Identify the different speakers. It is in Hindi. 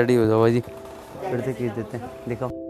Speaker 1: रेडी हो जाओ भाई जी फिर से खींच देते हैं दिखाओ